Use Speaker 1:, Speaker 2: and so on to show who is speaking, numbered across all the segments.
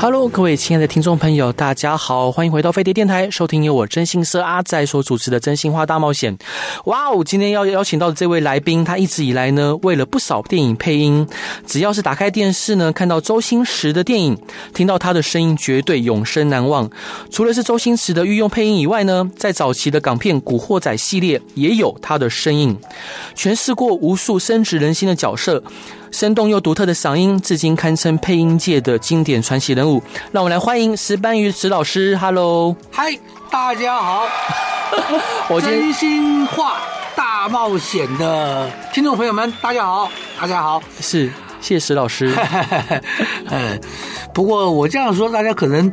Speaker 1: Hello，各位亲爱的听众朋友，大家好，欢迎回到飞碟电台，收听由我真心社阿仔所主持的《真心话大冒险》。哇哦，今天要邀请到的这位来宾，他一直以来呢，为了不少电影配音，只要是打开电视呢，看到周星驰的电影，听到他的声音，绝对永生难忘。除了是周星驰的御用配音以外呢，在早期的港片《古惑仔》系列也有他的身影，诠释过无数深植人心的角色。生动又独特的嗓音，至今堪称配音界的经典传奇人物。让我们来欢迎石斑鱼石老师。Hello，
Speaker 2: 嗨，大家好！
Speaker 1: 我今天
Speaker 2: 真心话大冒险的听众朋友们，大家好，大家 好。
Speaker 1: 是谢谢石老师。
Speaker 2: 嗯，不过我这样说，大家可能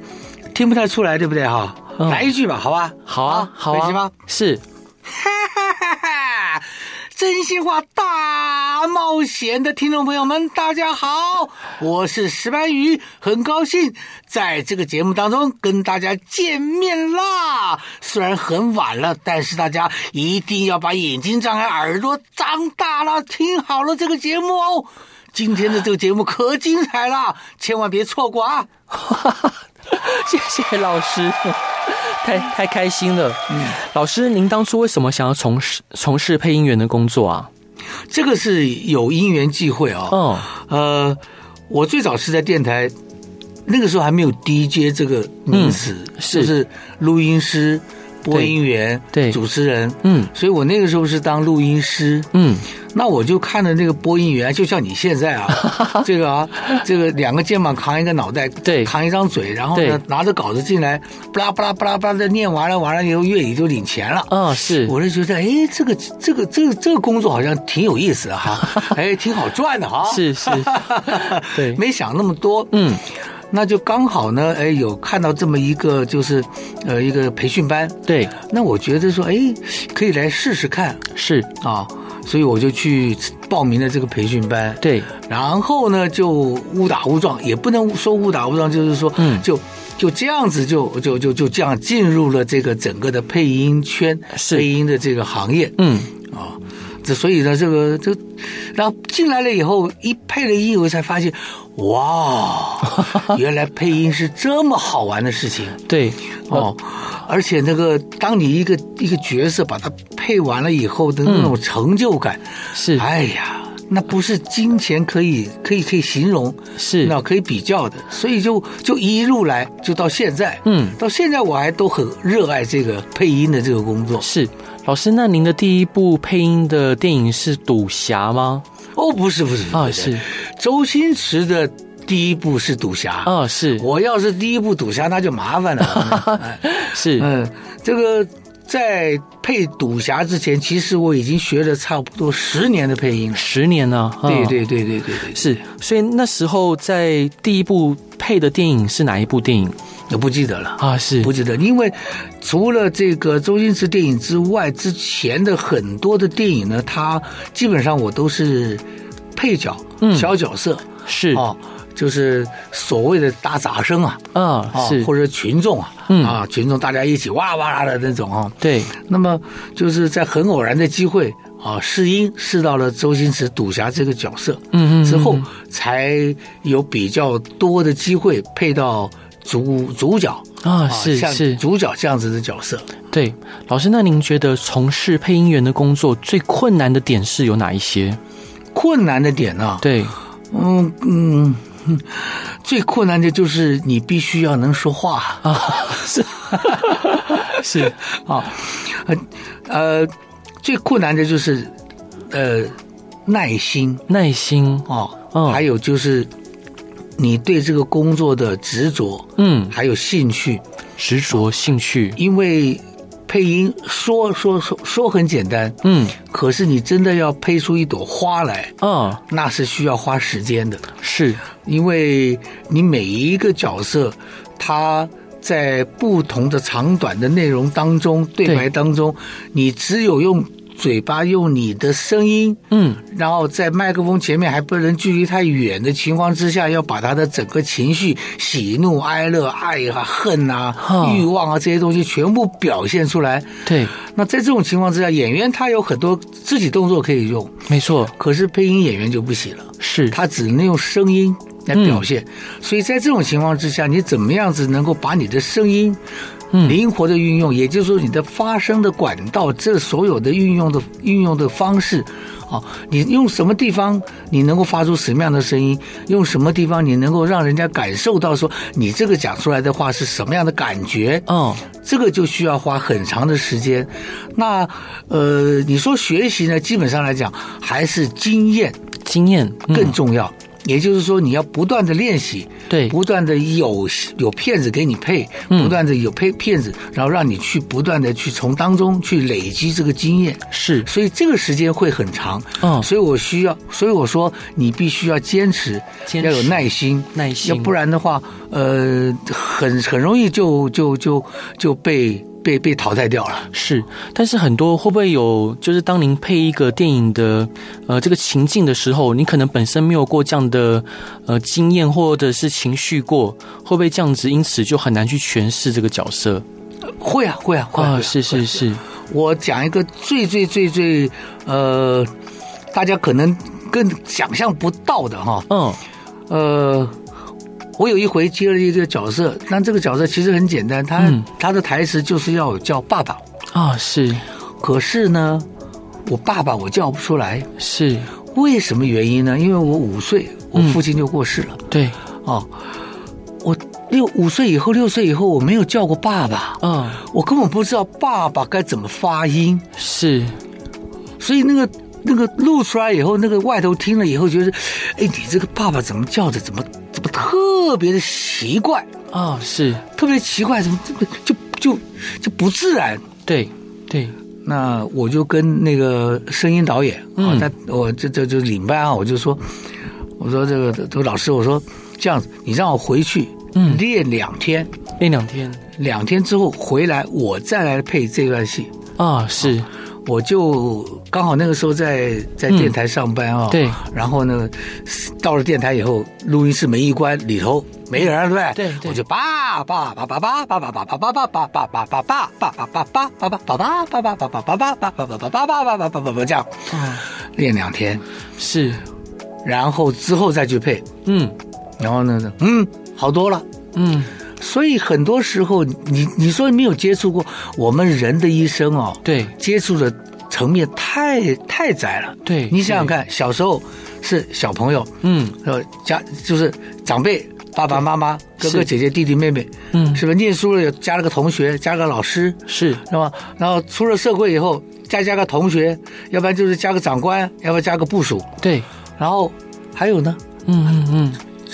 Speaker 2: 听不太出来，对不对哈？
Speaker 1: 嗯
Speaker 2: 来一句吧，好吧？
Speaker 1: 好啊，好
Speaker 2: 可以吗
Speaker 1: 啊？，是
Speaker 2: 哈， 真心话大冒险的听众朋友们，大家好，我是石斑鱼，很高兴在这个节目当中跟大家见面啦。虽然很晚了，但是大家一定要把眼睛张开，耳朵张大了，听好了这个节目哦。今天的这个节目可精彩了，千万别错过啊！
Speaker 1: 谢谢老师，太太开心了。嗯，老师，您当初为什么想要从事从事配音员的工作啊？
Speaker 2: 这个是有因缘际会哦。
Speaker 1: 哦，
Speaker 2: 呃，我最早是在电台，那个时候还没有 DJ 这个名词，
Speaker 1: 嗯是
Speaker 2: 就是录音师、播音员、
Speaker 1: 对
Speaker 2: 主持人，
Speaker 1: 嗯
Speaker 2: 所以我那个时候是当录音师，
Speaker 1: 嗯，
Speaker 2: 那我就看着那个播音员，就像你现 在啊，这个啊，这个两个肩膀扛一个脑袋，
Speaker 1: 对
Speaker 2: 扛一张嘴，然后呢
Speaker 1: 对
Speaker 2: 拿着稿子进来，不啦不啦不啦不啦的念完了，完了以后乐理就领钱了，
Speaker 1: 哦，是，
Speaker 2: 我就觉得，哎，这个这个这个这个工作好像挺有意思 的哈，哎，挺好赚的哈。
Speaker 1: 是 是对
Speaker 2: 没想那么多。
Speaker 1: 嗯，
Speaker 2: 那就刚好呢，哎，有看到这么一个就是，呃，一个培训班。
Speaker 1: 对，
Speaker 2: 那我觉得说，哎，可以来试试看
Speaker 1: 是，
Speaker 2: 啊，所以我就去报名了这个培训班。
Speaker 1: 对，
Speaker 2: 然后呢，就误打误撞，也不能说误打误撞，就是说，
Speaker 1: 嗯
Speaker 2: 就就这样子就，就就就这样进入了这个整个的配音圈，
Speaker 1: 是
Speaker 2: 配音的这个行业
Speaker 1: 嗯，
Speaker 2: 啊。这所以呢，这个这，然后进来了以后，一配了音以后，才发现， 哇，原来配音是这么好玩的事情
Speaker 1: 对，
Speaker 2: 哦！
Speaker 1: 嗯
Speaker 2: 而且那个，当你一个一个角色把它配完了以后的那
Speaker 1: 嗯
Speaker 2: 种成就感，
Speaker 1: 是
Speaker 2: 哎呀，那不是金钱可以可以可以形容，
Speaker 1: 是
Speaker 2: 那可以比较的，所以就就一路来就到现在，
Speaker 1: 嗯
Speaker 2: 到现在我还都很热爱这个配音的这个工作。
Speaker 1: 是。老师，那您的第一部配音的电影是《赌侠》吗？
Speaker 2: 哦，不是不是
Speaker 1: 啊
Speaker 2: 不
Speaker 1: 是
Speaker 2: 周星驰的第一部是赌侠，
Speaker 1: 啊，是
Speaker 2: 我要是第一部赌侠那就麻烦了。哎
Speaker 1: 是，
Speaker 2: 嗯，这个在配赌侠之前，其实我已经学了差不多十年的配音了。
Speaker 1: 十年呢、啊，
Speaker 2: 对
Speaker 1: 嗯
Speaker 2: 对对对对对，
Speaker 1: 是，所以那时候在第一部配的电影是哪一部电影
Speaker 2: 我不记得了。
Speaker 1: 啊？是
Speaker 2: 不记得，因为除了这个周星驰电影之外，之前的很多的电影呢，它基本上我都是配角、
Speaker 1: 嗯
Speaker 2: 小角色
Speaker 1: 是
Speaker 2: 哦，就是所谓的大杂生啊，
Speaker 1: 啊
Speaker 2: 啊，
Speaker 1: 是，
Speaker 2: 或者群众啊，
Speaker 1: 嗯
Speaker 2: 啊，群众大家一起哇哇啦的那种啊。
Speaker 1: 对
Speaker 2: 那么就是在很偶然的机会啊，试音试到了周星驰赌侠这个角色，
Speaker 1: 嗯嗯嗯
Speaker 2: 之后才有比较多的机会配到主主角
Speaker 1: 啊，是
Speaker 2: 哦像
Speaker 1: 是，
Speaker 2: 主角这样子的角色。
Speaker 1: 对。老师，那您觉得从事配音员的工作最困难的点是有哪一些？
Speaker 2: 困难的点呢、
Speaker 1: 对，
Speaker 2: 嗯嗯， 最困难的就是你必须要能说话啊，
Speaker 1: 是
Speaker 2: 啊，呃呃，最困难的就是呃耐心
Speaker 1: 耐心，
Speaker 2: 啊，
Speaker 1: 嗯
Speaker 2: 还有就是你对这个工作的执着，
Speaker 1: 嗯，
Speaker 2: 还有兴趣，
Speaker 1: 执着、兴趣，
Speaker 2: 因为配音说说说说很简单，
Speaker 1: 嗯
Speaker 2: 可是你真的要配出一朵花来，
Speaker 1: 啊，
Speaker 2: 那是需要花时间的。
Speaker 1: 是
Speaker 2: 因为你每一个角色，他在不同的长短的内容当中，对白当中，你只有用嘴巴用你的声音，
Speaker 1: 嗯，
Speaker 2: 然后在麦克风前面还不能距离太远的情况之下，要把他的整个情绪、喜怒哀乐、爱啊、恨啊、
Speaker 1: 哈
Speaker 2: 欲望啊这些东西全部表现出来。
Speaker 1: 对，
Speaker 2: 那在这种情况之下，演员他有很多肢体动作可以用，
Speaker 1: 没错，
Speaker 2: 可是配音演员就不行了。
Speaker 1: 是
Speaker 2: 他只能用声音来表现。所以在这种情况之下，你怎么样子能够把你的声音灵活的运用？也就是说，你的发声的管道，这所有的运用的运用的方式，啊，你用什么地方你能够发出什么样的声音？用什么地方你能够让人家感受到说你这个讲出来的话是什么样的感觉？
Speaker 1: 哦，
Speaker 2: 这个就需要花很长的时间。那呃，你说学习呢，基本上来讲还是经验。
Speaker 1: 经验嗯
Speaker 2: 更重要。也就是说，你要不断的练习，
Speaker 1: 对
Speaker 2: 不断的有有片子给你配，
Speaker 1: 嗯
Speaker 2: 不断的有配片子，然后让你去不断的去从当中去累积这个经验，
Speaker 1: 是
Speaker 2: 所以这个时间会很长。
Speaker 1: 嗯
Speaker 2: 所以我需要，所以我说你必须要坚持，
Speaker 1: 坚持
Speaker 2: 要有耐心，
Speaker 1: 耐心
Speaker 2: 要不然的话，呃，很很容易就就就就被被被淘汰掉了。
Speaker 1: 是，但是很多会不会有，就是当您配一个电影的呃这个情境的时候，你可能本身没有过这样的呃经验或者是情绪过，会不会这样子，因此就很难去诠释这个角色
Speaker 2: 会啊，会啊，会啊，会
Speaker 1: 啊？
Speaker 2: 啊
Speaker 1: 是是是，
Speaker 2: 我讲一个最最最最呃，大家可能更想象不到的哈，
Speaker 1: 嗯，
Speaker 2: 呃，我有一回接了一个角色，但这个角色其实很简单，他、
Speaker 1: 嗯
Speaker 2: 他的台词就是要有叫爸爸，
Speaker 1: 啊，是
Speaker 2: 可是呢，我爸爸我叫不出来，
Speaker 1: 是，
Speaker 2: 为什么原因呢？因为我五岁，我父亲就过世了、
Speaker 1: 对，
Speaker 2: 哦，我六五岁以后，六岁以后我没有叫过爸爸，
Speaker 1: 嗯，
Speaker 2: 我根本不知道爸爸该怎么发音。
Speaker 1: 是
Speaker 2: 所以那个那个录出来以后，那个外头听了以后，觉得，哎，你这个爸爸怎么叫的，怎么怎么特别的奇怪，
Speaker 1: 啊，是
Speaker 2: 特别奇怪，怎么这个就就就不自然。
Speaker 1: 对对，
Speaker 2: 那我就跟那个声音导演啊
Speaker 1: 嗯，
Speaker 2: 他我这这就领班啊，我就说，我说这个这个老师，我说这样子，你让我回去
Speaker 1: 嗯
Speaker 2: 练两天，
Speaker 1: 那两天
Speaker 2: 两天之后回来，我再来配这段戏。
Speaker 1: 啊，是
Speaker 2: 我就刚好那个时候在在电台上班啊、
Speaker 1: 对，
Speaker 2: 然后呢，到了电台以后，录音室门一关，里头没人了，对
Speaker 1: 对
Speaker 2: 不对？
Speaker 1: 对
Speaker 2: 我就爸爸爸爸爸爸爸爸爸爸爸爸爸爸爸爸爸爸爸爸爸爸爸爸爸爸爸爸爸爸爸爸爸爸爸爸爸爸爸这样
Speaker 1: 啊，
Speaker 2: 练两天，
Speaker 1: 是
Speaker 2: 然后之后再去配，
Speaker 1: 嗯
Speaker 2: 然后呢，嗯，好多了。
Speaker 1: 嗯
Speaker 2: 所以很多时候，你你说没有接触过，我们人的一生哦，
Speaker 1: 对
Speaker 2: 接触的层面太太窄了。
Speaker 1: 对
Speaker 2: 你想想看，小时候是小朋友，
Speaker 1: 嗯
Speaker 2: 呃，家就是长辈。爸爸妈妈、哥哥
Speaker 1: 是
Speaker 2: 姐姐、弟弟妹妹，
Speaker 1: 嗯
Speaker 2: 是吧？念书了有加了个同学，加个老师，
Speaker 1: 是
Speaker 2: 是吧？然后出了社会以后，再加个同学，要不然就是加个长官，要不然加个部属，
Speaker 1: 对
Speaker 2: 然后还有呢，
Speaker 1: 嗯嗯嗯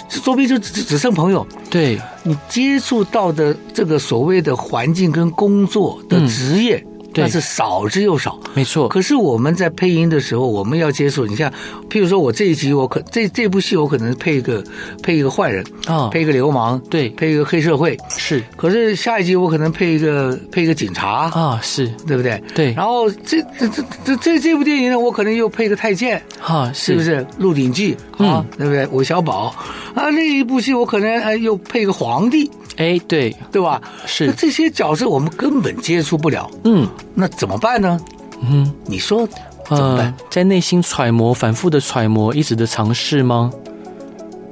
Speaker 2: 周边就只只剩朋友，
Speaker 1: 对
Speaker 2: 你接触到的这个所谓的环境跟工作的职业，
Speaker 1: 嗯对
Speaker 2: 那是少之又少。
Speaker 1: 没错
Speaker 2: 可是我们在配音的时候，我们要接触，你像，譬如说我这一集，我可这这部戏，我可能配一个配一个坏人，
Speaker 1: 啊
Speaker 2: 配一个流氓，
Speaker 1: 对
Speaker 2: 配一个黑社会。
Speaker 1: 是
Speaker 2: 可是下一集我可能配一个配一个警察，
Speaker 1: 啊是
Speaker 2: 对不对？
Speaker 1: 对
Speaker 2: 然后这这这这这这部电影呢，我可能又配个太监，
Speaker 1: 啊
Speaker 2: 是不是《鹿鼎记》啊？对不对？韦小宝啊，那一部戏我可能哎又配个皇帝，
Speaker 1: 哎对
Speaker 2: 对吧？
Speaker 1: 是
Speaker 2: 那这些角色我们根本接触不了，
Speaker 1: 嗯
Speaker 2: 那怎么办呢？
Speaker 1: 嗯
Speaker 2: 你说怎么办？
Speaker 1: 呃在内心揣摩反复的揣摩一直的尝试吗？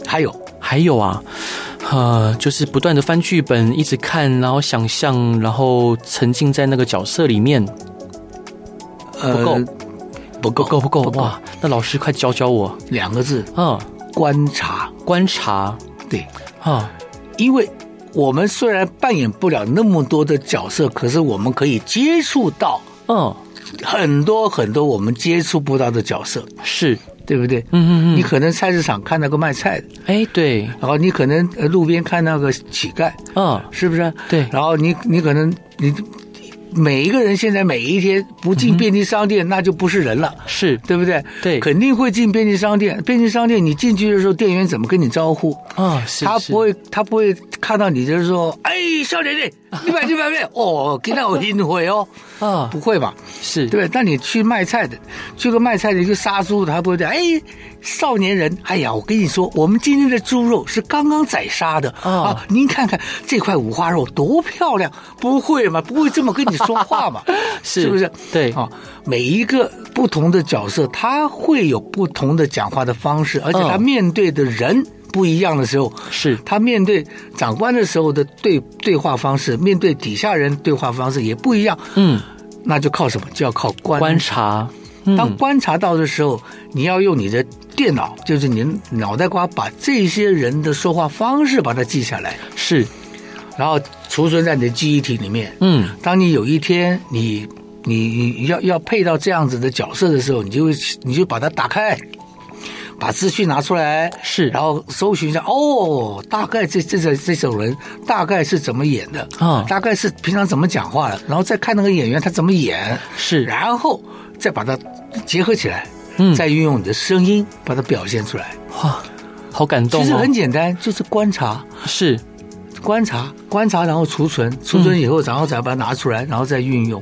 Speaker 2: 还有，
Speaker 1: 还有啊，呃，就是不断的翻剧本，一直看，然后想象，然后沉浸在那个角色里面，
Speaker 2: 呃
Speaker 1: 不够，
Speaker 2: 不
Speaker 1: 够
Speaker 2: 够，
Speaker 1: 不够？哇，那老师快教教我，
Speaker 2: 两个字，
Speaker 1: 嗯，
Speaker 2: 观察。
Speaker 1: 观察
Speaker 2: 对，
Speaker 1: 啊，
Speaker 2: 因为我们虽然扮演不了那么多的角色，可是我们可以接触到
Speaker 1: 嗯，
Speaker 2: 很多很多我们接触不到的角色，
Speaker 1: 是，
Speaker 2: 对不对？
Speaker 1: 嗯嗯嗯，
Speaker 2: 你可能菜市场看到个卖菜的，
Speaker 1: 哎对，
Speaker 2: 然后你可能呃路边看到个乞丐，
Speaker 1: 嗯
Speaker 2: 是不是？
Speaker 1: 对
Speaker 2: 然后你你可能你每一个人现在每一天不
Speaker 1: 嗯
Speaker 2: 进便利商店，那就不是人了。
Speaker 1: 是
Speaker 2: 对不对？
Speaker 1: 对
Speaker 2: 肯定会进便利商店。便利商店你进去的时候，店员怎么跟你招呼？
Speaker 1: 啊，是
Speaker 2: 他
Speaker 1: 是
Speaker 2: 不会，他不会看到你就是说，哎，小姐姐，你买就买呗。哦，给他我一会哦，
Speaker 1: 啊
Speaker 2: 不，会吧？
Speaker 1: 是
Speaker 2: 对，但你去卖菜的，去个卖菜的一个杀猪的，他不会讲，哎，少年人，哎呀，我跟你说，我们今天的猪肉是刚刚宰杀的、
Speaker 1: 啊，
Speaker 2: 啊，您看看这块五花肉多漂亮，不会嘛，不会这么跟你说话嘛
Speaker 1: 是
Speaker 2: 不是？
Speaker 1: 对
Speaker 2: 啊，每一个不同的角色，他会有不同的讲话的方式，而且他
Speaker 1: 嗯
Speaker 2: 面对的人不一样的时候，
Speaker 1: 是
Speaker 2: 他面对长官的时候的对对话方式，面对底下人对话方式也不一样。
Speaker 1: 嗯，
Speaker 2: 那就靠什么？就要靠观
Speaker 1: 观察，嗯
Speaker 2: 当观察到的时候，你要用你的电脑，就是你的脑袋瓜，把这些人的说话方式把它记下来，
Speaker 1: 是
Speaker 2: 然后储存在你的记忆体里面。
Speaker 1: 嗯
Speaker 2: 当你有一天你你你要要配到这样子的角色的时候，你就会你就把它打开，把资讯拿出来，
Speaker 1: 是
Speaker 2: 然后搜寻一下，哦，大概这这这这种人大概是怎么演的
Speaker 1: 啊
Speaker 2: 大概是平常怎么讲话的，然后再看那个演员他怎么演，
Speaker 1: 是
Speaker 2: 然后再把它结合起来，
Speaker 1: 嗯
Speaker 2: 再运用你的声音把它表现出来。
Speaker 1: 哇，好感动
Speaker 2: 其实
Speaker 1: 哦
Speaker 2: 很，简单，就是观察。
Speaker 1: 是
Speaker 2: 观察，观察，然后储存，储存以后，然后再把它拿出来，然后再运用。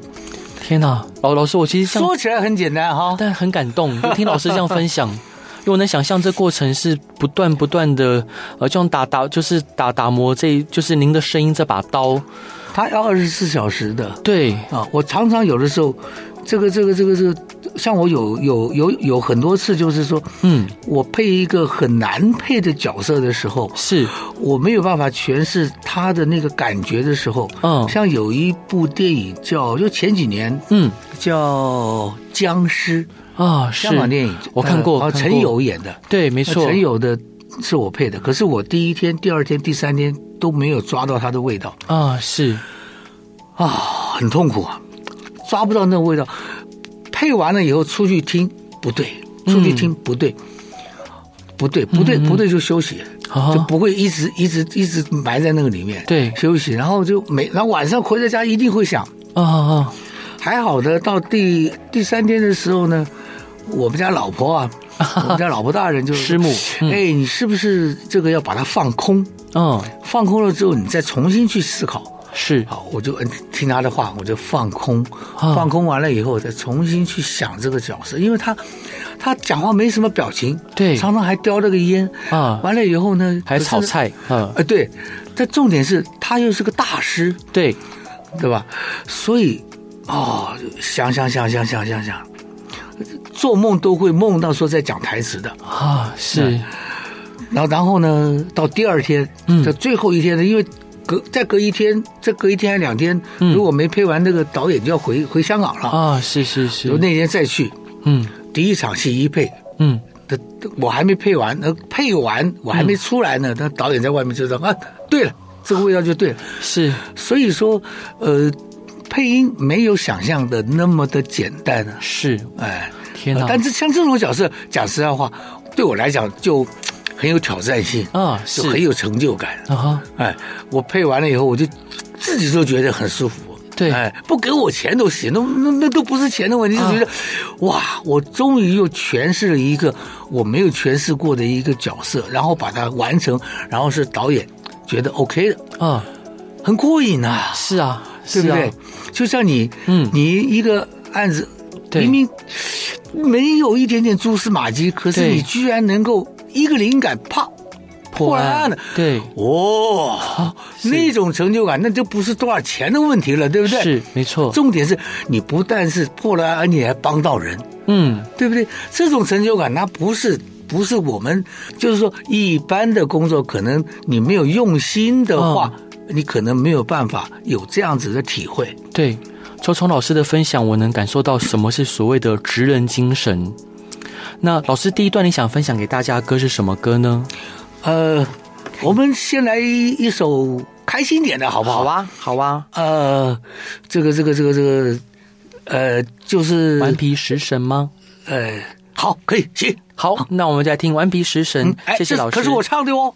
Speaker 1: 天哪，老老师，我其实像
Speaker 2: 说起来很简单哈，
Speaker 1: 但很感动，就听老师这样分享， 因为我能想象这过程是不断不断的，呃，这样打打就是打打磨这，就是您的声音这把刀，
Speaker 2: 它要二十四小时的
Speaker 1: 对，
Speaker 2: 啊。我常常有的时候，这个这个这个这个，像我有有有有很多次，就是说
Speaker 1: 嗯，
Speaker 2: 我配一个很难配的角色的时候，
Speaker 1: 是，
Speaker 2: 我没有办法诠释他的那个感觉的时候，
Speaker 1: 嗯
Speaker 2: 像有一部电影叫，就前几年
Speaker 1: 嗯
Speaker 2: 叫《僵尸》，
Speaker 1: 啊，是
Speaker 2: 香，港电影，
Speaker 1: 我看过
Speaker 2: 呃
Speaker 1: 看过
Speaker 2: 陈友演的，
Speaker 1: 对，没
Speaker 2: 那
Speaker 1: 错，
Speaker 2: 陈友的是我配的，可是我第一天、第二天、第三天都没有抓到他的味道
Speaker 1: 啊，是，
Speaker 2: 啊，很痛苦啊，抓不到那个味道。配完了以后出去听不对，出
Speaker 1: 嗯
Speaker 2: 去听不对，不对，不对，不对就休息，
Speaker 1: 啊
Speaker 2: 就不会一直一直一直埋在那个里面，
Speaker 1: 对
Speaker 2: 休息，然后就每然后晚上回到家一定会想，
Speaker 1: 啊啊，
Speaker 2: 还好的，到第第三天的时候呢，我们家老 婆啊，我们家老婆大人就
Speaker 1: 师母嗯
Speaker 2: 哎，你是不是这个要把它放空？
Speaker 1: 嗯，
Speaker 2: 放空了之后，你再重新去思考。
Speaker 1: 是，
Speaker 2: 好，我就嗯听他的话，我就放空，
Speaker 1: 啊
Speaker 2: 放空完了以后，我再重新去想这个角色，因为他他讲话没什么表情，
Speaker 1: 对
Speaker 2: 常常还叼着个烟
Speaker 1: 啊
Speaker 2: 完了以后呢，
Speaker 1: 还炒
Speaker 2: 可是呢，
Speaker 1: 菜，嗯，
Speaker 2: 呃，对，但重点是他又是个大师，
Speaker 1: 对，
Speaker 2: 对吧？所以，哦，想想想想想想想，做梦都会梦到说在讲台词的。
Speaker 1: 啊，是，
Speaker 2: 然后，然后呢，到第二天，
Speaker 1: 嗯
Speaker 2: 到最后一天呢，因为隔再隔一天，再隔一天还两天，
Speaker 1: 嗯
Speaker 2: 如果没配完，那个导演就要回回香港了。
Speaker 1: 啊，是是
Speaker 2: 由、
Speaker 1: 是，
Speaker 2: 那天再去，
Speaker 1: 嗯
Speaker 2: 第一场戏一配，
Speaker 1: 嗯，
Speaker 2: 他我还没配完，那配完我还没出来呢，那、导演在外面就说啊，对了，这个味道就对了。
Speaker 1: 是，
Speaker 2: 所以说，呃，配音没有想象的那么的简单啊，
Speaker 1: 是，
Speaker 2: 哎，
Speaker 1: 天哪
Speaker 2: 但是像这种角色，讲实在话，对我来讲就嘖很有挑战性，
Speaker 1: 啊，，
Speaker 2: 就是很有成就感。
Speaker 1: 啊哈，
Speaker 2: 哎，我配完了以后，我就自己都觉得很舒服。
Speaker 1: 对
Speaker 2: 哎，不给我钱都行，那那那都不是钱的问题，就
Speaker 1: 啊
Speaker 2: 觉得，哇，我终于又诠释了一个我没有诠释过的一个角色，然后把它完成，然后是导演觉得 OK 的，
Speaker 1: 啊，
Speaker 2: 很过瘾啊。
Speaker 1: 是啊，
Speaker 2: 对不
Speaker 1: 是啊
Speaker 2: 对？？就像你，
Speaker 1: 嗯
Speaker 2: 你一个案子
Speaker 1: 对
Speaker 2: 明明没有一点点蛛丝马迹，可是
Speaker 1: 对
Speaker 2: 你居然能够一个灵感啪破了案了。
Speaker 1: 哎对，啊
Speaker 2: 哦，那种成就感，那就不是多少钱的问题了，对不对？
Speaker 1: 是，没错，
Speaker 2: 重点是你不但是破了案，而且还帮到人，
Speaker 1: 嗯。
Speaker 2: 对不对？这种成就感，那不是不是我们，就是说一般的工作，可能你没有用心的话，
Speaker 1: 嗯
Speaker 2: 你可能没有办法有这样子的体会。
Speaker 1: 对，周聪老师的分享，我能感受到什么是所谓的职人精神。那老师第一段你想分享给大家的歌是什么歌呢？
Speaker 2: 呃，我们先来一首开心点的，好不好？
Speaker 1: 啊，好啊，
Speaker 2: 呃，这个这个这个这个，呃，就是
Speaker 1: 顽皮食神吗？
Speaker 2: 呃，好，可以行。
Speaker 1: 好，那我们就来听《顽皮食神》
Speaker 2: 哎，
Speaker 1: 谢谢
Speaker 2: 这
Speaker 1: 老师。
Speaker 2: 可是我唱的哦。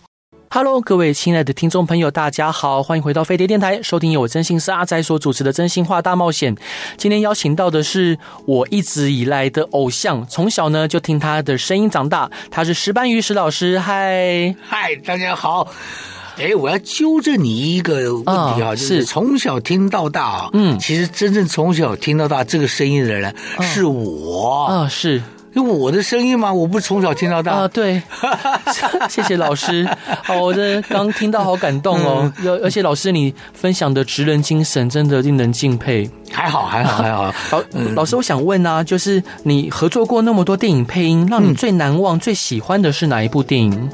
Speaker 1: Hello，各位亲爱的听众朋友，大家好，欢迎回到飞碟电台，收听由我真心是阿仔所主持的《真心话大冒险》。今天邀请到的是我一直以来的偶像，从小呢就听他的声音长大，他是石斑鱼石老师。嗨，
Speaker 2: 嗨，大家好。哎，我要纠正你一个问题啊，
Speaker 1: 啊
Speaker 2: 就是
Speaker 1: 是
Speaker 2: 从小听到大啊，
Speaker 1: 嗯
Speaker 2: 其实真正从小听到大这个声音的人呢，是我，
Speaker 1: 啊，是
Speaker 2: 因为我的声音嘛，我不是从小听到大，
Speaker 1: 啊，对， 谢谢老师。哦，我真的刚听到好感动哦，有而且老师你分享的职人精神真的令人敬佩。
Speaker 2: 还好，还好，还好。
Speaker 1: 老老师，我想问啊，就是你合作过那么多电影配音，让
Speaker 2: 嗯
Speaker 1: 你最难忘、最喜欢的是哪一部电影？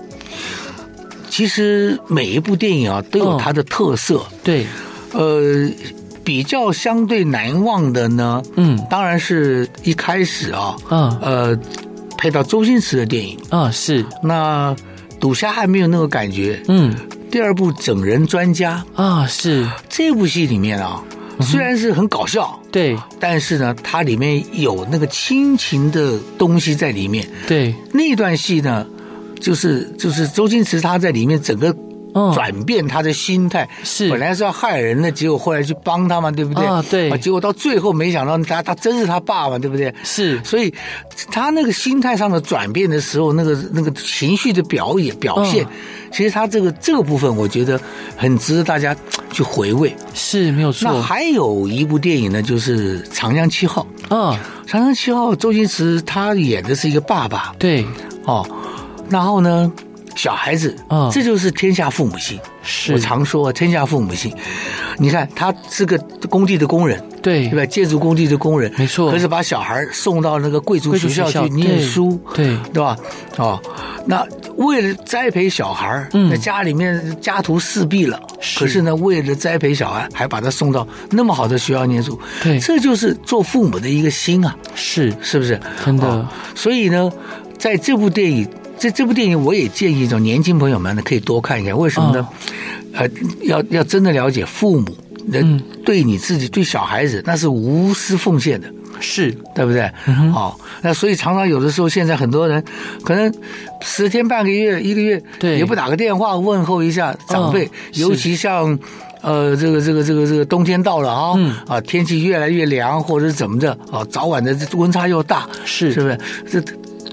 Speaker 2: 其实每一部电影啊都
Speaker 1: 嗯
Speaker 2: 有它的特色，
Speaker 1: 对，
Speaker 2: 呃，比较相对难忘的呢，
Speaker 1: 嗯
Speaker 2: 当然是一开始啊，
Speaker 1: 啊
Speaker 2: 呃，配到周星驰的电影，
Speaker 1: 啊是，
Speaker 2: 那赌侠还没有那个感觉。
Speaker 1: 嗯
Speaker 2: 第二部《整人专家
Speaker 1: 啊是》，
Speaker 2: 这部戏里面啊，虽然是很搞笑，
Speaker 1: 对
Speaker 2: 但是呢，它里面有那个亲情的东西在里面。
Speaker 1: 对，
Speaker 2: 那段戏呢，就是就是周星驰他在里面整个
Speaker 1: 嗯
Speaker 2: 转变他的心态，
Speaker 1: 是
Speaker 2: 本来是要害人的，结果后来去帮他嘛，对不对？
Speaker 1: 啊对
Speaker 2: 结果到最后没想到他他真是他爸嘛，对不对？
Speaker 1: 是
Speaker 2: 所以他那个心态上的转变的时候，那个那个情绪的表演表现，
Speaker 1: 嗯
Speaker 2: 其实他这个这个部分，我觉得很值得大家去回味。
Speaker 1: 是没有
Speaker 2: 那
Speaker 1: 错，
Speaker 2: 还有一部电影呢，就是《长江七号》。
Speaker 1: 啊
Speaker 2: 《长江七号》，周星驰他演的是一个爸爸，
Speaker 1: 对
Speaker 2: 哦，然后呢，小孩子，
Speaker 1: 嗯
Speaker 2: 这就是天下父母心。
Speaker 1: 是
Speaker 2: 我，常说天下父母心。你看他是个工地的工人，
Speaker 1: 对
Speaker 2: 对吧？建筑工地的工人，
Speaker 1: 没错
Speaker 2: 可是把小孩送到那个贵族
Speaker 1: 贵族
Speaker 2: 学校
Speaker 1: 学校
Speaker 2: 去念
Speaker 1: 对
Speaker 2: 书，
Speaker 1: 对
Speaker 2: 对吧？哦，那为了栽培小孩，
Speaker 1: 嗯
Speaker 2: 那家里面家徒四壁了。
Speaker 1: 是
Speaker 2: 可是呢，为了栽培小孩，还把他送到那么好的学校念书，
Speaker 1: 对
Speaker 2: 这就是做父母的一个心啊。
Speaker 1: 是
Speaker 2: 是不是？
Speaker 1: 真的
Speaker 2: 哦所以呢，在这部电影，这这部电影我也建议这年轻朋友们呢可以多看一下，为什么呢？
Speaker 1: 哦
Speaker 2: 呃，要要真的了解父母，
Speaker 1: 嗯
Speaker 2: 人对你自己、对小孩子那是无私奉献的。
Speaker 1: 是
Speaker 2: 对不对？
Speaker 1: 嗯
Speaker 2: 好、那所以常常有的时候，现在很多人可能十天半个月、一个月，
Speaker 1: 对
Speaker 2: 也不打个电话问候一下长辈，
Speaker 1: 嗯
Speaker 2: 尤其像。呃，这个这个这个这个冬天到了啊、
Speaker 1: 嗯
Speaker 2: 啊，天气越来越凉，或者怎么的啊，早晚的这温差又大，
Speaker 1: 是
Speaker 2: 是不是？这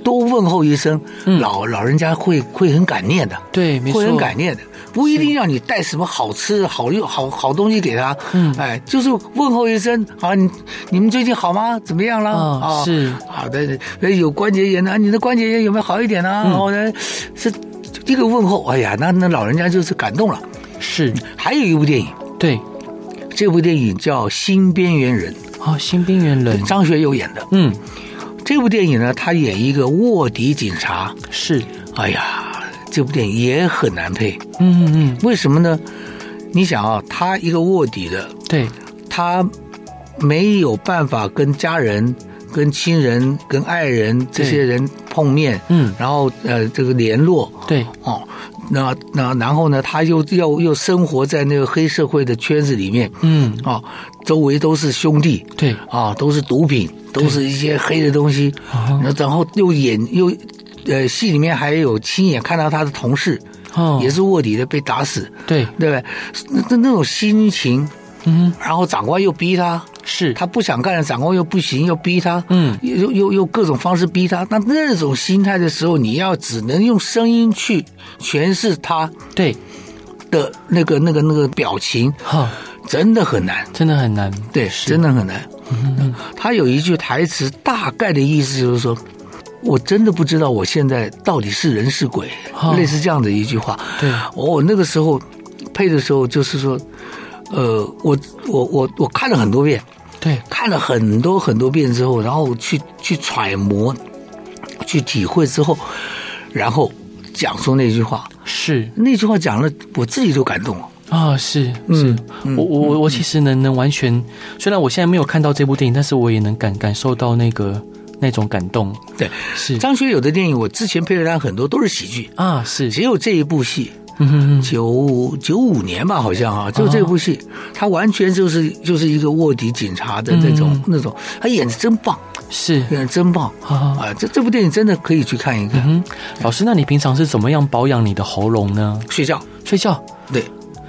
Speaker 2: 多问候一声，
Speaker 1: 嗯
Speaker 2: 老老人家会会很感念的，
Speaker 1: 对没
Speaker 2: 会很
Speaker 1: 错，
Speaker 2: 感念的，不一定让你带什么好吃、好用、好好东西给他，
Speaker 1: 嗯
Speaker 2: 哎，就是问候一声啊，你你们最近好吗？怎么样了？
Speaker 1: 啊是
Speaker 2: 好的，哎有关节炎的，啊你的关节炎有没有好一点呢、啊？
Speaker 1: 嗯
Speaker 2: 然后呢，是这个问候，哎呀，那那老人家就是感动了。
Speaker 1: 是
Speaker 2: 还有一部电影，
Speaker 1: 对
Speaker 2: 这部电影叫《新边缘人
Speaker 1: 哦，新兵原人》，，
Speaker 2: 张学友演的。
Speaker 1: 嗯
Speaker 2: 这部电影呢，他演一个卧底警察，
Speaker 1: 是，
Speaker 2: 哎呀，这部电影也很难配。
Speaker 1: 嗯嗯嗯，
Speaker 2: 为什么呢？你想啊，他一个卧底的，
Speaker 1: 对
Speaker 2: 他没有办法跟家人、跟亲人、跟爱人这些人碰面，
Speaker 1: 嗯
Speaker 2: 然后呃，这个联络
Speaker 1: 对
Speaker 2: 哦，那那然后呢，他又要又生活在那个黑社会的圈子里面，
Speaker 1: 嗯
Speaker 2: 啊、周围都是兄弟，
Speaker 1: 对
Speaker 2: 啊，都是毒品，都是一些黑的东西
Speaker 1: 哦，
Speaker 2: 然后又演又。呃，戏里面还有亲眼看到他的同事，
Speaker 1: 哦
Speaker 2: 也是卧底的被打死，
Speaker 1: 对
Speaker 2: 对不对？那那那种心情，
Speaker 1: 嗯
Speaker 2: 然后长官又逼他，
Speaker 1: 是
Speaker 2: 他不想干了，长官又不行，又逼他，
Speaker 1: 嗯
Speaker 2: 又又又又各种方式逼他。那那种心态的时候，你要只能用声音去诠释他
Speaker 1: 对
Speaker 2: 的那个那个那个表情，
Speaker 1: 哈，
Speaker 2: 真的很难，
Speaker 1: 真的很难
Speaker 2: 对，真的很难。
Speaker 1: 嗯
Speaker 2: 他有一句台词，大概的意思就是说。我真的不知道我现在到底是人是鬼，
Speaker 1: 哦
Speaker 2: 类似这样的一句话。
Speaker 1: 对
Speaker 2: 我那个时候配的时候，就是说，呃，我我我我看了很多遍，
Speaker 1: 对
Speaker 2: 看了很多很多遍之后，然后去去揣摩、去体会之后，然后讲出那句话。
Speaker 1: 是。
Speaker 2: 那句话讲了，我自己都感动了。
Speaker 1: 啊、是
Speaker 2: 嗯
Speaker 1: 是，我我我我其实能能完全，虽然我现在没有看到这部电影，但是我也能感感受到那个那种感动，
Speaker 2: 对，
Speaker 1: 是
Speaker 2: 张学友的电影，我之前配了他很多都是喜剧，
Speaker 1: 啊，是 嗯
Speaker 2: 只有这一部戏九九五年吧，好像哈、就这部戏，他完全就是就是一个卧底警察的那种、
Speaker 1: 嗯
Speaker 2: 那种，他演的真棒，
Speaker 1: 是。
Speaker 2: 演的真棒
Speaker 1: 啊
Speaker 2: 啊、这这部电影真的可以去看一看，
Speaker 1: 嗯，老师，那你平常是怎么样保养你的喉咙呢？
Speaker 2: 睡觉
Speaker 1: 睡觉，
Speaker 2: 对。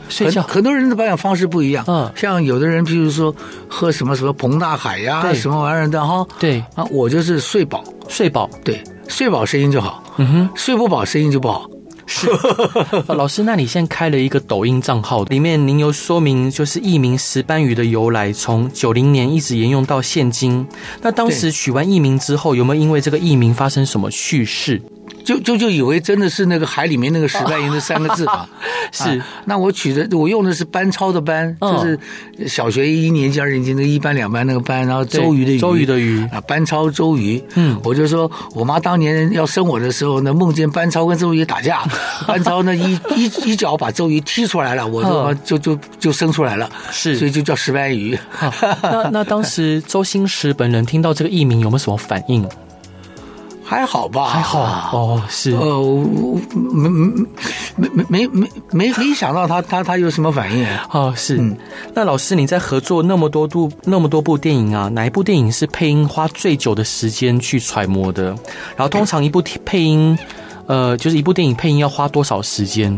Speaker 1: 睡觉
Speaker 2: 很，很多人的保养方式不一样，
Speaker 1: 嗯
Speaker 2: 像有的人，譬如说喝什么什么膨大海呀、
Speaker 1: 对
Speaker 2: 什么玩意儿的哈，
Speaker 1: 对，
Speaker 2: 啊，我就是睡饱，
Speaker 1: 睡 饱。
Speaker 2: 对，睡饱声音就好，
Speaker 1: 嗯哼，
Speaker 2: 睡不饱声音就不好。
Speaker 1: 是。呃老师，那你现在开了一个抖音账号，里面您有说明就是艺名石斑鱼的由来，从九零年一直沿用到现今。那当时
Speaker 2: 对
Speaker 1: 取完艺名之后，有没有因为这个艺名发生什么趣事？
Speaker 2: 就就就以为真的是那个海里面那个石斑鱼那三个字嘛，
Speaker 1: 哦是
Speaker 2: 啊 那我取的我用的是班超的班，
Speaker 1: 嗯
Speaker 2: 就是小学一年级、二年级那个一班、两班那个班，然后周瑜的
Speaker 1: 对
Speaker 2: 瑜，
Speaker 1: 周瑜的瑜
Speaker 2: 啊，班超周瑜。
Speaker 1: 嗯
Speaker 2: 我就说我妈当年要生我的时候呢，梦见班超跟周瑜打 架，班超呢一一一脚把周瑜踢出来了，我就
Speaker 1: 嗯
Speaker 2: 就就就生出来了，
Speaker 1: 是
Speaker 2: 所以就叫石斑鱼。
Speaker 1: 啊、那那当时周星驰本人听到这个艺名有没有什么反应？
Speaker 2: 还好吧？
Speaker 1: 还好哦，是
Speaker 2: 呃，我没没没没没没没想到他他他有什么反应？啊
Speaker 1: 哦，是。那老师，你在合作那么多部那么多部电影啊，哪一部电影是配音花最久的时间去揣摩的？然后通常一部配音，呃，就是一部电影配音要花多少时间？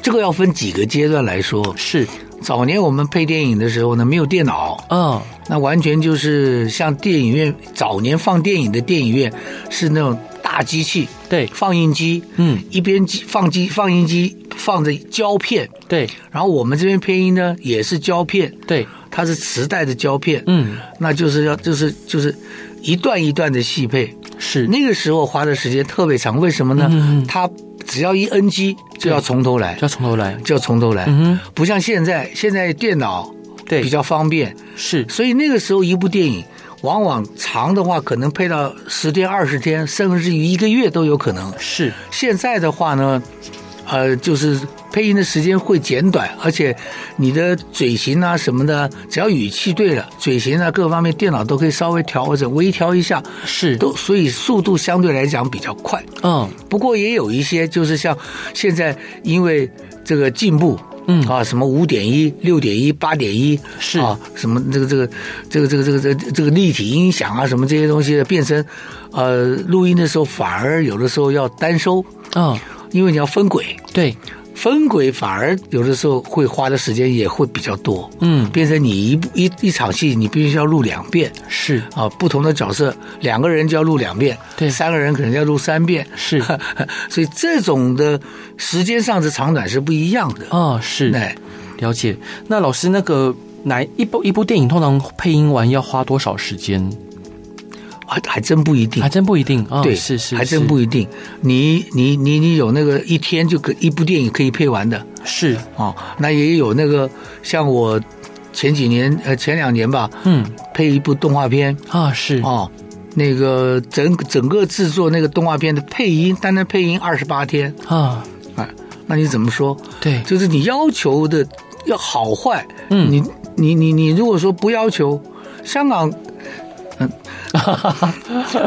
Speaker 2: 这个要分几个阶段来说。
Speaker 1: 是，
Speaker 2: 早年我们配电影的时候呢，没有电脑，
Speaker 1: 嗯，
Speaker 2: 那完全就是像电影院早年放电影的电影院是那种大机器，
Speaker 1: 对
Speaker 2: 放映机，
Speaker 1: 嗯，
Speaker 2: 一边机放机放映机放着胶片，
Speaker 1: 对
Speaker 2: 然后我们这边配音呢也是胶片，
Speaker 1: 对，
Speaker 2: 它是磁带的胶片，
Speaker 1: 嗯，
Speaker 2: 那就是要就是就是一段一段的戏配，
Speaker 1: 是，
Speaker 2: 那个时候花的时间特别长，为什么呢？
Speaker 1: 嗯
Speaker 2: 它只要一 NG 就要从头来
Speaker 1: 就，要从头来。
Speaker 2: 就要从头来，
Speaker 1: 嗯
Speaker 2: 不像现在，现在电脑
Speaker 1: 对
Speaker 2: 比较方便，
Speaker 1: 是，
Speaker 2: 所以那个时候一部电影往往长的话，可能配到十天、二十天，甚至于一个月都有可能。
Speaker 1: 是，
Speaker 2: 现在的话呢，呃，就是配音的时间会减短，而且你的嘴型啊什么的，只要语气对了，嘴型啊各方面，电脑都可以稍微调整、微调一下，
Speaker 1: 是，
Speaker 2: 都所以速度相对来讲比较快。
Speaker 1: 嗯，
Speaker 2: 不过也有一些，就是像现在因为这个进步，
Speaker 1: 嗯
Speaker 2: 啊，什么五点一、六点一、八点一，
Speaker 1: 是
Speaker 2: 啊，什么这个这个这个这个这个这个这个立体音响啊，什么这些东西的变成，呃，录音的时候反而有的时候要单收，
Speaker 1: 嗯，
Speaker 2: 因为你要分轨，
Speaker 1: 对，
Speaker 2: 分轨反而有的时候会花的时间也会比较多，
Speaker 1: 嗯，
Speaker 2: 变成你一部一一场戏你必须要录两遍，
Speaker 1: 是，
Speaker 2: 啊，不同的角色，两个人就要录两遍，
Speaker 1: 对
Speaker 2: 三个人可能要录三遍，
Speaker 1: 是，
Speaker 2: 所以这种的时间上的长短是不一样的。
Speaker 1: 嗯，是。
Speaker 2: 哎，
Speaker 1: 了解。那老师，那个哪一部一部电影通常配音完要花多少时间？
Speaker 2: 还还真不一定
Speaker 1: 还，真不一定啊、
Speaker 2: 对，
Speaker 1: 是是，
Speaker 2: 还
Speaker 1: 是
Speaker 2: 真不一定。你你你你有那个一天就可一部电影可以配完的
Speaker 1: 是，
Speaker 2: 哦，那也有那个像我前几年呃前两年吧，
Speaker 1: 嗯
Speaker 2: 配一部动画片
Speaker 1: 啊是
Speaker 2: 哦。那个整整个制作那个动画片的配音，单单配音二十八天
Speaker 1: 啊，
Speaker 2: 啊，那你怎么说？
Speaker 1: 对，
Speaker 2: 哎就是你要求的要好坏，
Speaker 1: 嗯
Speaker 2: 你你你你如果说不要求，香港， 嗯，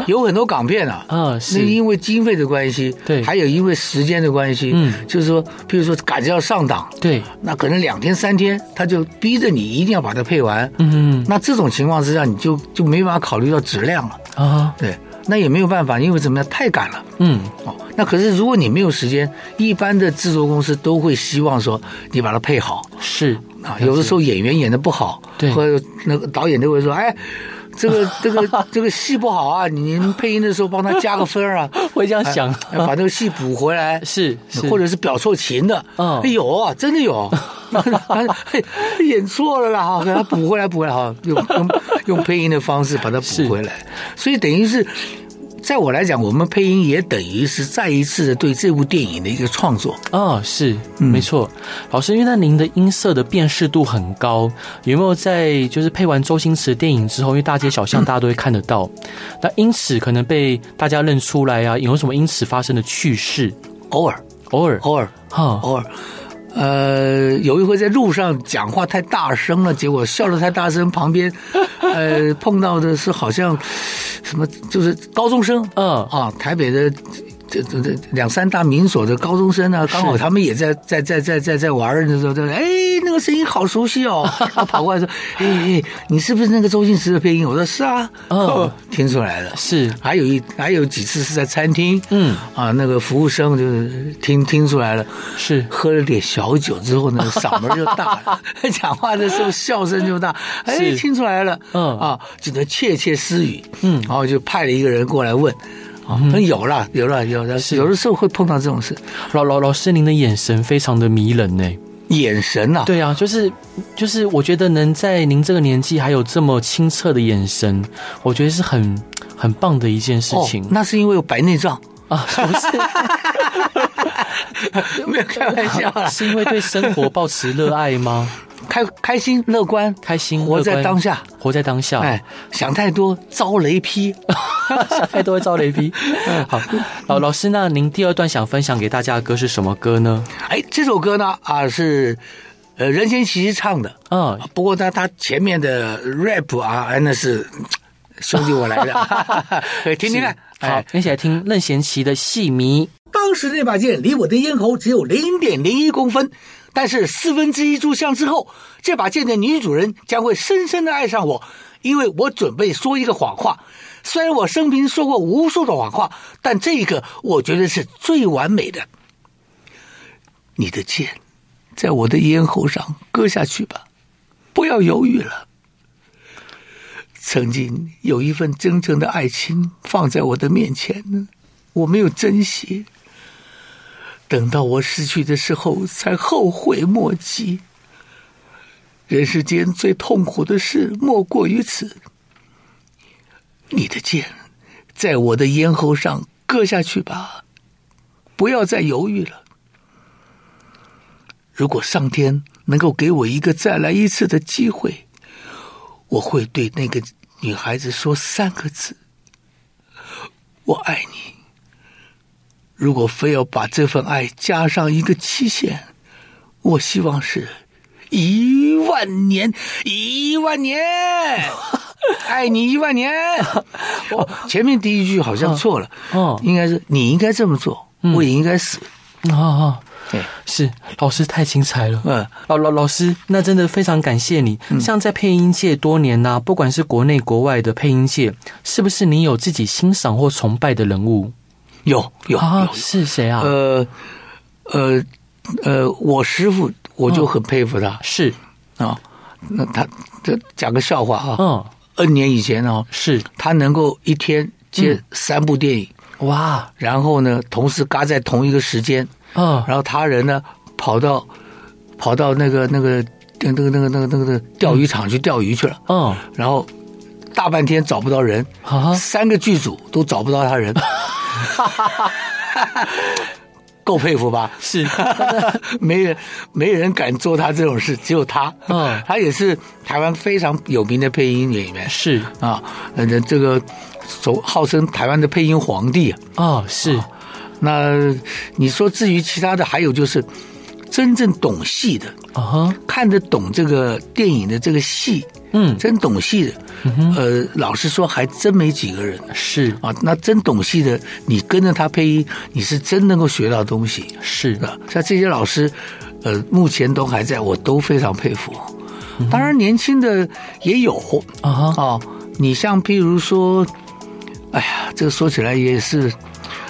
Speaker 2: 有很多港片啊。
Speaker 1: 啊
Speaker 2: 那
Speaker 1: 是
Speaker 2: 因为经费的关系，
Speaker 1: 对
Speaker 2: 还有因为时间的关系，
Speaker 1: 嗯
Speaker 2: 就是说，譬如说赶着要上档，
Speaker 1: 对，
Speaker 2: 那可能两天三天，他就逼着你一定要把它配完，
Speaker 1: 嗯
Speaker 2: 那这种情况之下，你就就没办法考虑到质量了，
Speaker 1: 啊
Speaker 2: 对，那也没有办法，因为怎么样，太赶了。
Speaker 1: 嗯
Speaker 2: 哦，那可是如果你没有时间，一般的制作公司都会希望说你把它配好
Speaker 1: 是
Speaker 2: 啊。有的时候演员演的不好，
Speaker 1: 对
Speaker 2: 或者那个导演就会说，哎。这个这个这个戏不好啊！您配音的时候帮他加个分儿啊，
Speaker 1: 会这样想
Speaker 2: 哎哎把那个戏补回来，
Speaker 1: 是是
Speaker 2: 或者是表错情的，
Speaker 1: 嗯
Speaker 2: 哎有啊，真的有， 哎演错了啦，哈，给他补回来，补回来哈，用用用配音的方式把它
Speaker 1: 是
Speaker 2: 补回来，所以等于是。在我来讲，我们配音也等于是再一次的对这部电影的一个创作。
Speaker 1: 啊是没错，老师，因为那您的音色的辨识度很高，有没有在就是配完周星驰的电影之后，因为大街小巷大家都会看得到，那因此可能被大家认出来啊，有什么因此发生的趣事？
Speaker 2: 偶尔，
Speaker 1: 偶尔
Speaker 2: 偶尔，
Speaker 1: 哈
Speaker 2: 偶尔，呃，有一回在路上讲话太大声了，结果笑得太大声，旁边呃碰到的是好像什么，就是高中生，
Speaker 1: 嗯
Speaker 2: 啊，台北的这这这两三大名所的高中生啊，刚好他们也在在在在在在玩儿的时候，就哎那个声音好熟悉 哦，他跑过来说，哎哎，你是不是那个周星驰的配音？我说是啊，
Speaker 1: 哦，
Speaker 2: 听出来了。
Speaker 1: 是
Speaker 2: 还有一还有几次是在餐厅，
Speaker 1: 嗯
Speaker 2: 啊，那个服务生就是听听出来了，
Speaker 1: 是
Speaker 2: 喝了点小酒之后呢，嗓门就大 了，讲话的时候笑声就大，哎，
Speaker 1: 是
Speaker 2: 听出来了，
Speaker 1: 嗯
Speaker 2: 啊，只能窃窃私语，
Speaker 1: 嗯
Speaker 2: 然后就派了一个人过来问，啊，有了有了有了，有的时候会碰到这种事，
Speaker 1: 老老老师，您的眼神非常的迷人呢。
Speaker 2: 眼神呐、
Speaker 1: 对啊，就是就是，我觉得能在您这个年纪还有这么清澈的眼神，我觉得是很很棒的一件事
Speaker 2: 哦
Speaker 1: 情、，
Speaker 2: 那是因为有白内障，
Speaker 1: 啊，不是
Speaker 2: 没有开玩笑啦，
Speaker 1: 是因为对生活抱持热爱吗？
Speaker 2: 开开心乐观，
Speaker 1: 开心，
Speaker 2: 活在
Speaker 1: 乐观
Speaker 2: 当下，
Speaker 1: 活在当下。
Speaker 2: 哎，想太多遭雷 劈。
Speaker 1: 想 太多会遭雷劈。
Speaker 2: 嗯
Speaker 1: 好，老老师，那您第二段想分享给大家的歌是什么歌呢？
Speaker 2: 哎，这首歌呢啊是，呃，任贤齐唱的，
Speaker 1: 嗯，
Speaker 2: 啊不过呢，他前面的 rap 啊，哎那是兄弟我来的， 对听听看。
Speaker 1: 好
Speaker 2: 哎，，
Speaker 1: 一起来听任贤齐的《戏迷》。
Speaker 2: 当时那把剑离我的咽喉只有零点零一公分，但是四分之一炷香之后，这把剑的女主人将会深深的爱上我，因为我准备说一个谎话。虽然我生平说过无数的谎话，但这个我觉得是最完美的。你的剑，在我的咽喉上割下去吧，不要犹豫了。曾经有一份真诚的爱情放在我的面前呢，我没有珍惜，等到我失去的时候才后悔莫及。人世间最痛苦的事莫过于此。你的剑，在我的咽喉上割下去吧，不要再犹豫了。如果上天能够给我一个再来一次的机会，我会对那个女孩子说三个字：“我爱你。”如果非要把这份爱加上一个期限，我希望是一万年，一 万年，爱你一万年。哦，前面第一句好像错了，
Speaker 1: 哦嗯
Speaker 2: 应该是你应该这么做，我也应该死。
Speaker 1: 啊啊！
Speaker 2: 对，
Speaker 1: 是老师太精彩了。
Speaker 2: 哦嗯，
Speaker 1: 老老老师，那真的非常感谢你。像在配音界多年呐、不管是国内国外的配音界，是不是你有自己欣赏或崇拜的人物
Speaker 2: 有有
Speaker 1: 啊
Speaker 2: 有？，
Speaker 1: 是谁啊？
Speaker 2: 呃呃呃，我师傅我就很佩服他
Speaker 1: 是，
Speaker 2: 啊。那他这讲个笑话啊
Speaker 1: 嗯，
Speaker 2: ，N 年以前啊，
Speaker 1: 是，
Speaker 2: 他能够一天接
Speaker 1: 嗯
Speaker 2: 三部电影。
Speaker 1: 哇，
Speaker 2: 然后呢，同时嘎在同一个时间，
Speaker 1: 嗯，
Speaker 2: 然后他人呢跑到跑到那个那个那个那个那个那个那个钓鱼场去钓鱼去了，
Speaker 1: 嗯，
Speaker 2: 然后大半天找不到人，
Speaker 1: 啊，
Speaker 2: 三个剧组都找不到 他人，够佩服吧？
Speaker 1: 是，
Speaker 2: 没人没人敢做他这种事，只有他。
Speaker 1: 嗯
Speaker 2: 他也是台湾非常有名的配音演员
Speaker 1: 是，
Speaker 2: 啊，呃，这个从号称台湾的配音皇帝啊。
Speaker 1: 哦，是，
Speaker 2: 那你说至于其他的，还有就是真正懂戏的，
Speaker 1: 啊哈，
Speaker 2: 看得懂这个电影的这个戏，
Speaker 1: 嗯，
Speaker 2: 真懂戏的，呃，老实说还真没几个人
Speaker 1: 是
Speaker 2: 啊。那真懂戏的，你跟着他配音，你是真能够学到东西
Speaker 1: 是，
Speaker 2: 啊。像这些老师，呃，目前都还在，我都非常佩服。当然，年轻的也有，
Speaker 1: 嗯啊哈，
Speaker 2: 哦，你像譬如说，哎呀，这个说起来也是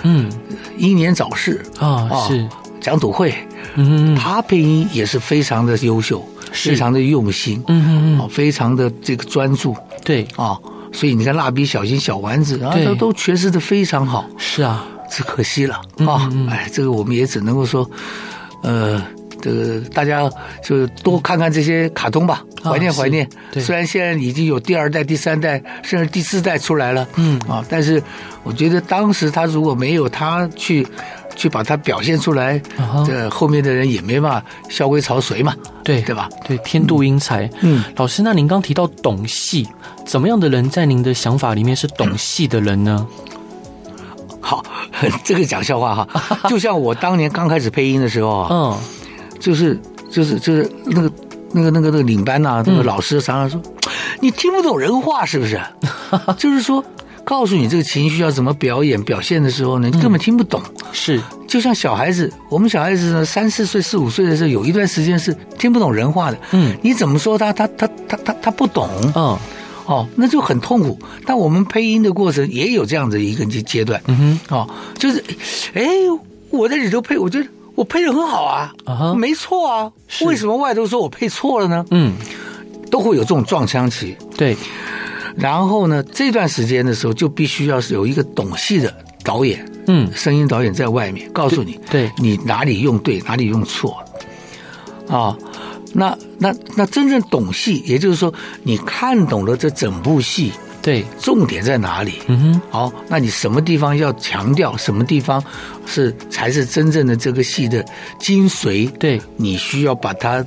Speaker 1: 嗯，
Speaker 2: 英年早逝
Speaker 1: 啊
Speaker 2: 哦
Speaker 1: 是
Speaker 2: 蒋笃慧，
Speaker 1: 嗯，
Speaker 2: 她配音也是非常的优秀，
Speaker 1: 是
Speaker 2: 非常的用心，
Speaker 1: 嗯嗯
Speaker 2: 哦，非常的这个专注
Speaker 1: 嗯，对，
Speaker 2: 啊。所以你看，蜡笔小新、小丸子啊，
Speaker 1: 对
Speaker 2: 都都诠释的非常好，
Speaker 1: 是啊，
Speaker 2: 只可惜了
Speaker 1: 嗯
Speaker 2: 啊！哎，这个我们也只能够说，呃，这个大家就多看看这些卡通吧，
Speaker 1: 啊
Speaker 2: 怀念怀念
Speaker 1: 是。对
Speaker 2: 虽然现在已经有第二代、第三代，甚至第四代出来了，
Speaker 1: 嗯
Speaker 2: 啊，但是我觉得当时他如果没有他去去把它表现出来
Speaker 1: 啊哈，
Speaker 2: 这后面的人也没办法萧规曹随嘛，
Speaker 1: 对
Speaker 2: 对吧？
Speaker 1: 对，天妒英才。
Speaker 2: 嗯，
Speaker 1: 老师，那您刚提到懂戏，怎么样的人在您的想法里面是懂戏的人呢？
Speaker 2: 嗯好， 这个讲笑 话哈，就像我当年刚开始配音的时候啊，
Speaker 1: 嗯，
Speaker 2: 就是就是就是那个那个那个那个 领班呐、那个老师常常说，你听不懂人话是不是？就是说告诉你这个情绪要怎么表演表现的时候呢，你根本听不懂。
Speaker 1: 是
Speaker 2: 就像小孩子，我们小孩子呢，三四岁、四五岁的时候，有一段时间是听不懂人话的。
Speaker 1: 嗯
Speaker 2: 你怎么说他，他他他他他不懂
Speaker 1: 嗯
Speaker 2: 哦，那就很痛苦。但我们配音的过程也有这样的一个阶阶段。
Speaker 1: 嗯
Speaker 2: 哦，就是，哎，我在里头配，我觉得我配的很好啊
Speaker 1: 啊哈
Speaker 2: 没错啊，
Speaker 1: 是
Speaker 2: 为什么外头说我配错了呢？
Speaker 1: 嗯，
Speaker 2: 都会有这种撞腔期。
Speaker 1: 对，
Speaker 2: 然后呢，这段时间的时候就必须要是有一个懂戏的导演，
Speaker 1: 嗯
Speaker 2: 声音导演在外面告诉你，
Speaker 1: 对对
Speaker 2: 你哪里用对，哪里用错，啊，那那那真正懂戏，也就是说你看懂了这整部戏
Speaker 1: 对，
Speaker 2: 重点在哪里，
Speaker 1: 嗯哼，
Speaker 2: 好，那你什么地方要强调，什么地方是才是真正的这个戏的精髓？
Speaker 1: 对，
Speaker 2: 你需要把它，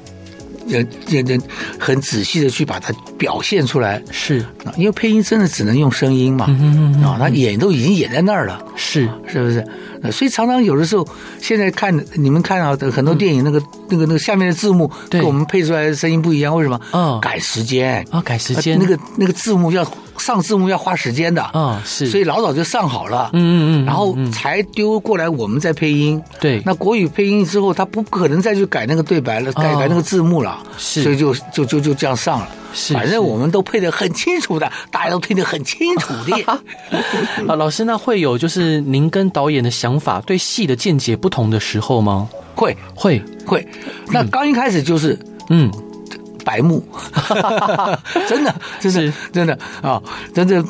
Speaker 2: 呃，认真很仔细的去把它表现出来。
Speaker 1: 是
Speaker 2: 啊因为配音真的只能用声音嘛，
Speaker 1: 嗯哼嗯哼
Speaker 2: 啊，他演都已经演在那儿了，
Speaker 1: 是，
Speaker 2: 是不是？呃所以常常有的时候，现在看你们看到的很多电影，那个、那个那个下面的字幕
Speaker 1: 对
Speaker 2: 跟我们配出来的声音不一样，为什么？
Speaker 1: 嗯
Speaker 2: 赶时间
Speaker 1: 啊，改时间
Speaker 2: 呃那个那个字幕要上字幕要花时间的，
Speaker 1: 啊是，
Speaker 2: 所以老早就上好了，
Speaker 1: 嗯嗯嗯，
Speaker 2: 然后
Speaker 1: 嗯
Speaker 2: 才丢过来我们再配音。
Speaker 1: 对，啊
Speaker 2: 那国语配音之后，他不可能再去改那个对白了，改改那个字幕了，
Speaker 1: 是
Speaker 2: 所以就就就就这样上了。
Speaker 1: 是
Speaker 2: 反
Speaker 1: 是
Speaker 2: 正我们都配得很清楚的，大家都听得很清楚 的。
Speaker 1: 啊，老师，那会有就是您跟导演的想法对戏的见解不同的时候吗？
Speaker 2: 会
Speaker 1: 会，
Speaker 2: 会，那刚一开始就是
Speaker 1: 嗯，
Speaker 2: 白 目，真的真
Speaker 1: 是
Speaker 2: 的真的啊，真的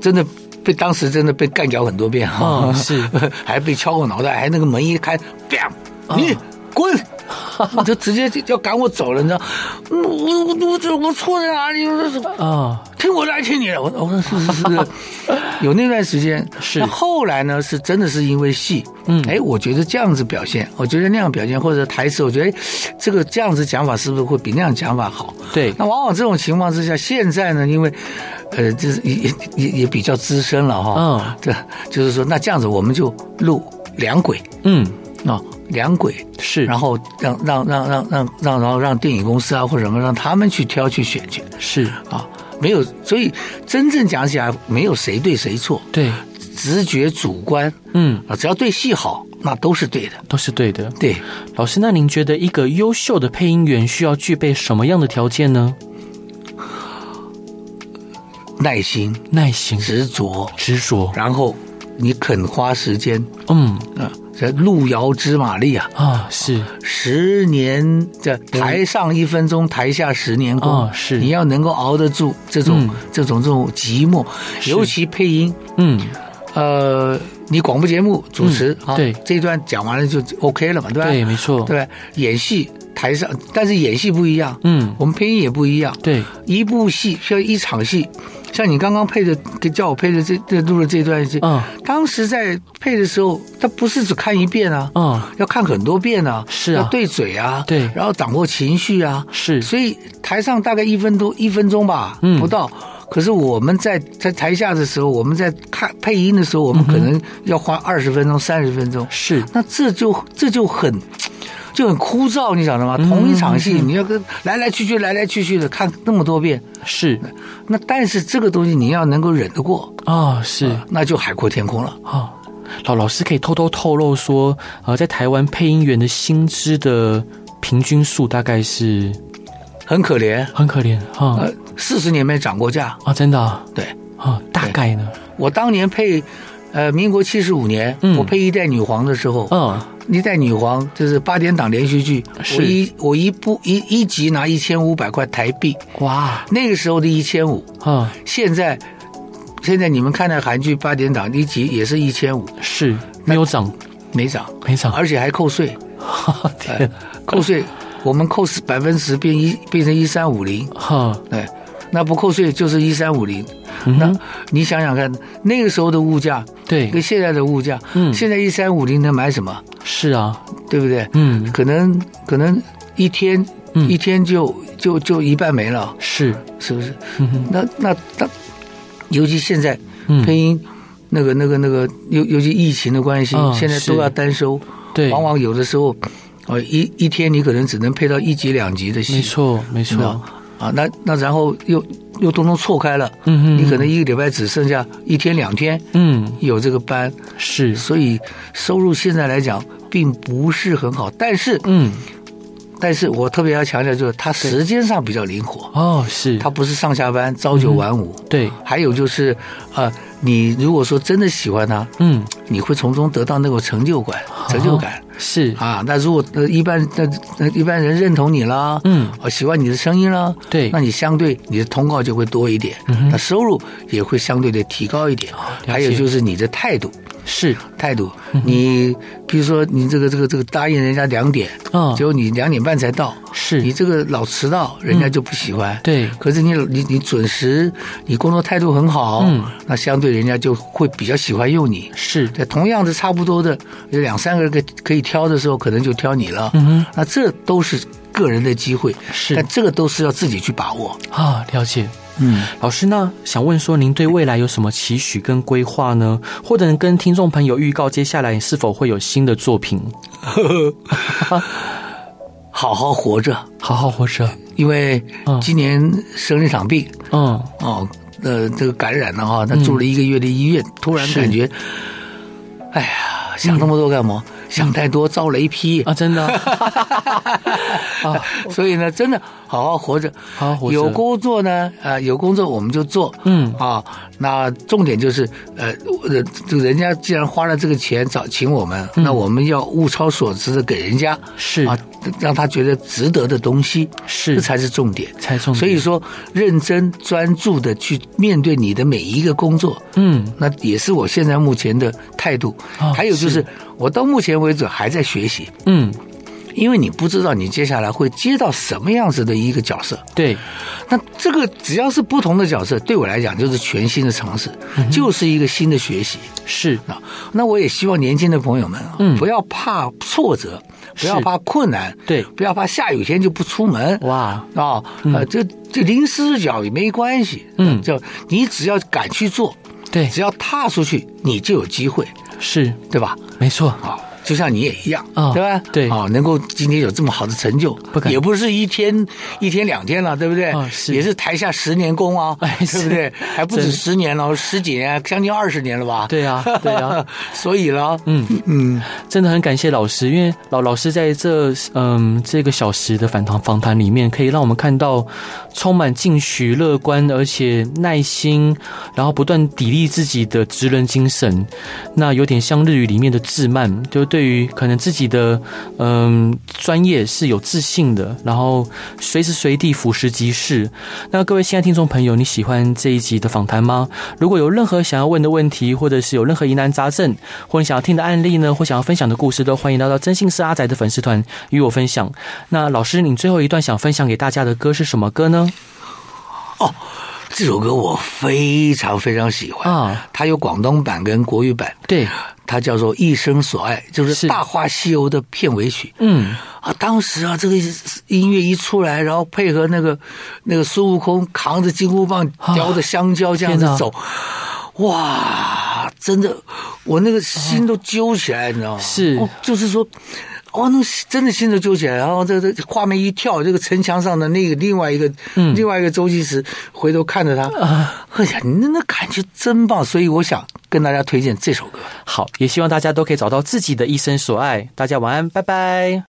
Speaker 2: 真的。被当时真的被干掉很多遍啊，
Speaker 1: 嗯是
Speaker 2: 还被敲过脑袋，还那个门一开，bang，你
Speaker 1: 哦
Speaker 2: 滚， 你就直接就要赶我走了，你知道？我我我我这我错在哪里？我说是
Speaker 1: 啊，
Speaker 2: 听我的，还听你的。我我说是是 是，有那段时间
Speaker 1: 是
Speaker 2: 那后来呢，是真的是因为戏，
Speaker 1: 嗯
Speaker 2: 哎，我觉得这样子表现，我觉得那样表现，或者台词，我觉得哎这个这样子讲法是不是会比那样讲法好？
Speaker 1: 对，
Speaker 2: 那往往这种情况之下，现在呢，因为，呃，就是也也也也比较资深了哈，
Speaker 1: 嗯
Speaker 2: 这就是说，那这样子我们就录两轨
Speaker 1: 嗯，
Speaker 2: 啊、两轨，
Speaker 1: 是，
Speaker 2: 然后让让让让让让然后让电影公司啊或者什么让他们去挑去选去，
Speaker 1: 是，
Speaker 2: 啊，没有，所以真正讲起来，没有谁对谁错，
Speaker 1: 对，
Speaker 2: 直觉主观
Speaker 1: 嗯，
Speaker 2: 啊，只要对戏好，那都是对的。
Speaker 1: 都是对的。
Speaker 2: 对，
Speaker 1: 老师，那您觉得一个优秀的配音员需要具备什么样的条件呢？
Speaker 2: 耐心、
Speaker 1: 耐心、
Speaker 2: 执着，
Speaker 1: 执着，
Speaker 2: 然后你肯花时间
Speaker 1: 嗯，
Speaker 2: 啊，这路遥知马力啊，
Speaker 1: 啊，是，
Speaker 2: 十年这台上一分钟，台下十年功，
Speaker 1: 哦是
Speaker 2: 你要能够熬得住这种、
Speaker 1: 嗯
Speaker 2: 这种这种寂寞，尤其配音，
Speaker 1: 嗯，
Speaker 2: 呃，你广播节目主持、
Speaker 1: 嗯
Speaker 2: 啊，
Speaker 1: 对
Speaker 2: 这一段讲完了就 OK 了嘛，对吧？
Speaker 1: 对，没错，
Speaker 2: 对，演戏台上，但是演戏不一样，
Speaker 1: 嗯，
Speaker 2: 我们配音也不一样。
Speaker 1: 对，
Speaker 2: 一部戏像一场戏，像你刚刚配的，给叫我配的这这录的这段戏，
Speaker 1: 嗯，
Speaker 2: 当时在配的时候，他不是只看一遍啊，
Speaker 1: 嗯，
Speaker 2: 要看很多遍啊，
Speaker 1: 是啊
Speaker 2: 要对嘴啊，
Speaker 1: 对
Speaker 2: 然后掌握情绪啊，
Speaker 1: 是，
Speaker 2: 所以台上大概一分多一分钟吧，
Speaker 1: 嗯
Speaker 2: 不到。可是我们在在台下的时候，我们在看配音的时候，我们可能要花二十分钟、三十分钟，
Speaker 1: 是，
Speaker 2: 那这就这就很就很枯燥，你晓得
Speaker 1: 嗯
Speaker 2: 吗？同一场戏，你要跟来来去去、来来去去的看那么多遍，
Speaker 1: 是，
Speaker 2: 那但是这个东西你要能够忍得过，
Speaker 1: 啊，是，
Speaker 2: 那就海阔天空了。
Speaker 1: 啊。老老师可以偷偷透露说，呃，在台湾配音员的薪资的平均数大概是
Speaker 2: 很可怜，
Speaker 1: 很可怜哈、
Speaker 2: 呃，四十年没涨过价。
Speaker 1: 啊，真的啊，
Speaker 2: 对
Speaker 1: 啊大概呢，
Speaker 2: 我当年配，呃，民国七十五年，
Speaker 1: 嗯
Speaker 2: 我配一代女皇的时候，
Speaker 1: 嗯，
Speaker 2: 一代女皇就是八点档连续剧，
Speaker 1: 是
Speaker 2: 我一我一部一一集拿一千五百块台币，
Speaker 1: 哇，
Speaker 2: 那个时候的一千五，
Speaker 1: 啊，
Speaker 2: 现在。现在你们看的韩剧八点档一集也是一千五，
Speaker 1: 是没有涨，
Speaker 2: 没涨，
Speaker 1: 没涨，
Speaker 2: 而且还扣税，
Speaker 1: 哦
Speaker 2: 呃
Speaker 1: 天，啊
Speaker 2: 扣税，我们扣十百分之十变一变成一三五零，
Speaker 1: 哈，
Speaker 2: 哎，那不扣税就是一三五零。
Speaker 1: 嗯
Speaker 2: 那
Speaker 1: 哼，
Speaker 2: 你想想看，那个时候的物价
Speaker 1: 对
Speaker 2: 跟，现在的物价，
Speaker 1: 嗯
Speaker 2: 现在一三五零能买什么？
Speaker 1: 是啊，
Speaker 2: 对不对？
Speaker 1: 嗯，
Speaker 2: 可能可能一天。
Speaker 1: 嗯
Speaker 2: 一天就就就一半没了，
Speaker 1: 是，
Speaker 2: 是不是？
Speaker 1: 嗯哼，
Speaker 2: 那那那，尤其现在
Speaker 1: 嗯，
Speaker 2: 配音，那个那个那个，尤尤其疫情的关系，
Speaker 1: 嗯
Speaker 2: 现在
Speaker 1: 是
Speaker 2: 都要单收，
Speaker 1: 对，
Speaker 2: 往往有的时候，呃，一一天你可能只能配到一集两集的戏，
Speaker 1: 没错，没
Speaker 2: 你知道
Speaker 1: 错，
Speaker 2: 啊，那那然后又又通通错开了，
Speaker 1: 嗯嗯
Speaker 2: 你可能一个礼拜只剩下一天两天
Speaker 1: 嗯，
Speaker 2: 有这个班，
Speaker 1: 是，
Speaker 2: 所以收入现在来讲并不是很好，但是
Speaker 1: 嗯，
Speaker 2: 但是我特别要强调就是它时间上比较灵活，
Speaker 1: 哦，是，
Speaker 2: 它不是上下班朝九晚五，
Speaker 1: 对，
Speaker 2: 还有就是呃，你如果说真的喜欢它，
Speaker 1: 嗯，
Speaker 2: 你会从中得到那种成就感，成就感。
Speaker 1: 哦是，
Speaker 2: 啊，那如果呃一般那那一般人认同你啦，
Speaker 1: 嗯
Speaker 2: 哦，喜欢你的声音啦，
Speaker 1: 对
Speaker 2: 那你相对你的通告就会多一点，嗯、那收入也会相对的提高一点。
Speaker 1: 哦解嗯
Speaker 2: 还有就是你的态度，
Speaker 1: 是，
Speaker 2: 态度，你比如说你这个这个这个答应人家两点，
Speaker 1: 嗯
Speaker 2: 结果你两点半才到，
Speaker 1: 是
Speaker 2: 你这个老迟到，人家就不喜欢。
Speaker 1: 嗯对
Speaker 2: 可是你你你准时，你工作态度很好，
Speaker 1: 嗯，
Speaker 2: 那相对人家就会比较喜欢用你。
Speaker 1: 是，
Speaker 2: 对，同样的差不多的，有两三个人可以可以挑的时候，可能就挑你了。
Speaker 1: 嗯哼，
Speaker 2: 那这都是个人的机会，
Speaker 1: 是
Speaker 2: 但这个都是要自己去把握。
Speaker 1: 啊，了解。
Speaker 2: 嗯，
Speaker 1: 老师呢，想问说您对未来有什么期许跟规划呢？或者能跟听众朋友预告接下来是否会有新的作品？
Speaker 2: 好好活着，
Speaker 1: 好好活着，
Speaker 2: 因为
Speaker 1: 嗯
Speaker 2: 今年生了一场病，
Speaker 1: 嗯，
Speaker 2: 哦，呃，这个感染了哈，他住了一个月的医院，突然
Speaker 1: 是
Speaker 2: 感觉，哎呀，想那么多干嘛？
Speaker 1: 嗯
Speaker 2: 想太多遭雷劈
Speaker 1: 啊，真的， 啊，
Speaker 2: 所以呢，真的好好活着，
Speaker 1: 好好活着
Speaker 2: 有工作呢，啊，有工作我们就做，
Speaker 1: 嗯
Speaker 2: 啊，那重点就是，呃，呃这个人家既然花了这个钱找请我们，那我们要物超所值的给人家，
Speaker 1: 嗯 是
Speaker 2: 啊，让他觉得值得的东西，
Speaker 1: 是
Speaker 2: 这才是重点。
Speaker 1: 猜中，
Speaker 2: 所以，说，认真专注的去面对你的每一个工作，
Speaker 1: 嗯，
Speaker 2: 那也是我现在目前的态度。
Speaker 1: 哦
Speaker 2: 还有就是，我到目前为止还在学习，
Speaker 1: 嗯，
Speaker 2: 因为你不知道你接下来会接到什么样子的一个角色。
Speaker 1: 对，
Speaker 2: 那这个只要是不同的角色，对我来讲就是全新的尝试，就是一个新的学习。
Speaker 1: 是，
Speaker 2: 那啊那我也希望年轻的朋友们啊，
Speaker 1: 嗯
Speaker 2: 不要怕挫折，
Speaker 1: 是
Speaker 2: 不要怕困难，
Speaker 1: 对
Speaker 2: 不要怕下雨天就不出门。
Speaker 1: 哇，
Speaker 2: 啊，呃，这这临失脚也没关系，
Speaker 1: 嗯
Speaker 2: 就你只要敢去做，
Speaker 1: 对，
Speaker 2: 只要踏出去，你就有机会，
Speaker 1: 是，
Speaker 2: 对吧？
Speaker 1: 没错，
Speaker 2: 啊，就像你也一样，
Speaker 1: 啊
Speaker 2: 对吧？
Speaker 1: 对
Speaker 2: 啊，能够今天有这么好的成就，
Speaker 1: 不敢
Speaker 2: 也不是一天一天两天了，对不对？
Speaker 1: 啊是
Speaker 2: 也是台下十年功啊，
Speaker 1: 哎
Speaker 2: 对不对
Speaker 1: 是？
Speaker 2: 还不止
Speaker 1: 真
Speaker 2: 十年了，十几年，啊将近二十年了吧？
Speaker 1: 对啊 对啊，
Speaker 2: 所以呢，
Speaker 1: 嗯
Speaker 2: 嗯，
Speaker 1: 真的很感谢老师，因为老老师在这嗯这个小时的访谈访谈里面，可以让我们看到充满进取、乐观，而且耐心，然后不断砥砺自己的职人精神。那有点像日语里面的自慢，就对于可能自己的嗯专业是有自信的，然后随时随地俯拾即是。那各位亲爱的听众朋友，你喜欢这一集的访谈吗？如果有任何想要问的问题，或者是有任何疑难杂症，或者你想要听的案例呢，或想要分享的故事，都欢迎来到真心是阿仔的粉丝团与我分享。那老师，你最后一段想分享给大家的歌是什么歌呢？
Speaker 2: 这首歌我非常非常喜欢
Speaker 1: 啊，
Speaker 2: 它有广东版跟国语版，
Speaker 1: 对，
Speaker 2: 它叫做《一生所爱》，就是
Speaker 1: 是
Speaker 2: 《大话西游》的片尾曲。
Speaker 1: 嗯，
Speaker 2: 啊，当时啊，这个音乐一出来，然后配合那个那个孙悟空扛着金箍棒
Speaker 1: 啊
Speaker 2: 叼着香蕉这样子
Speaker 1: 天哪
Speaker 2: 走，哇，真的，我那个心都揪起来，你知道吗？
Speaker 1: 是
Speaker 2: 哦就是说。哦，那真的心都揪起来，然后这这画面一跳，这个城墙上的那个另外一个、
Speaker 1: 嗯
Speaker 2: 另外一个周星驰回头看着他，
Speaker 1: 啊
Speaker 2: 哎呀，你那那感觉真棒！所以我想跟大家推荐这首歌。
Speaker 1: 好，也希望大家都可以找到自己的一生所爱。大家晚安，拜拜。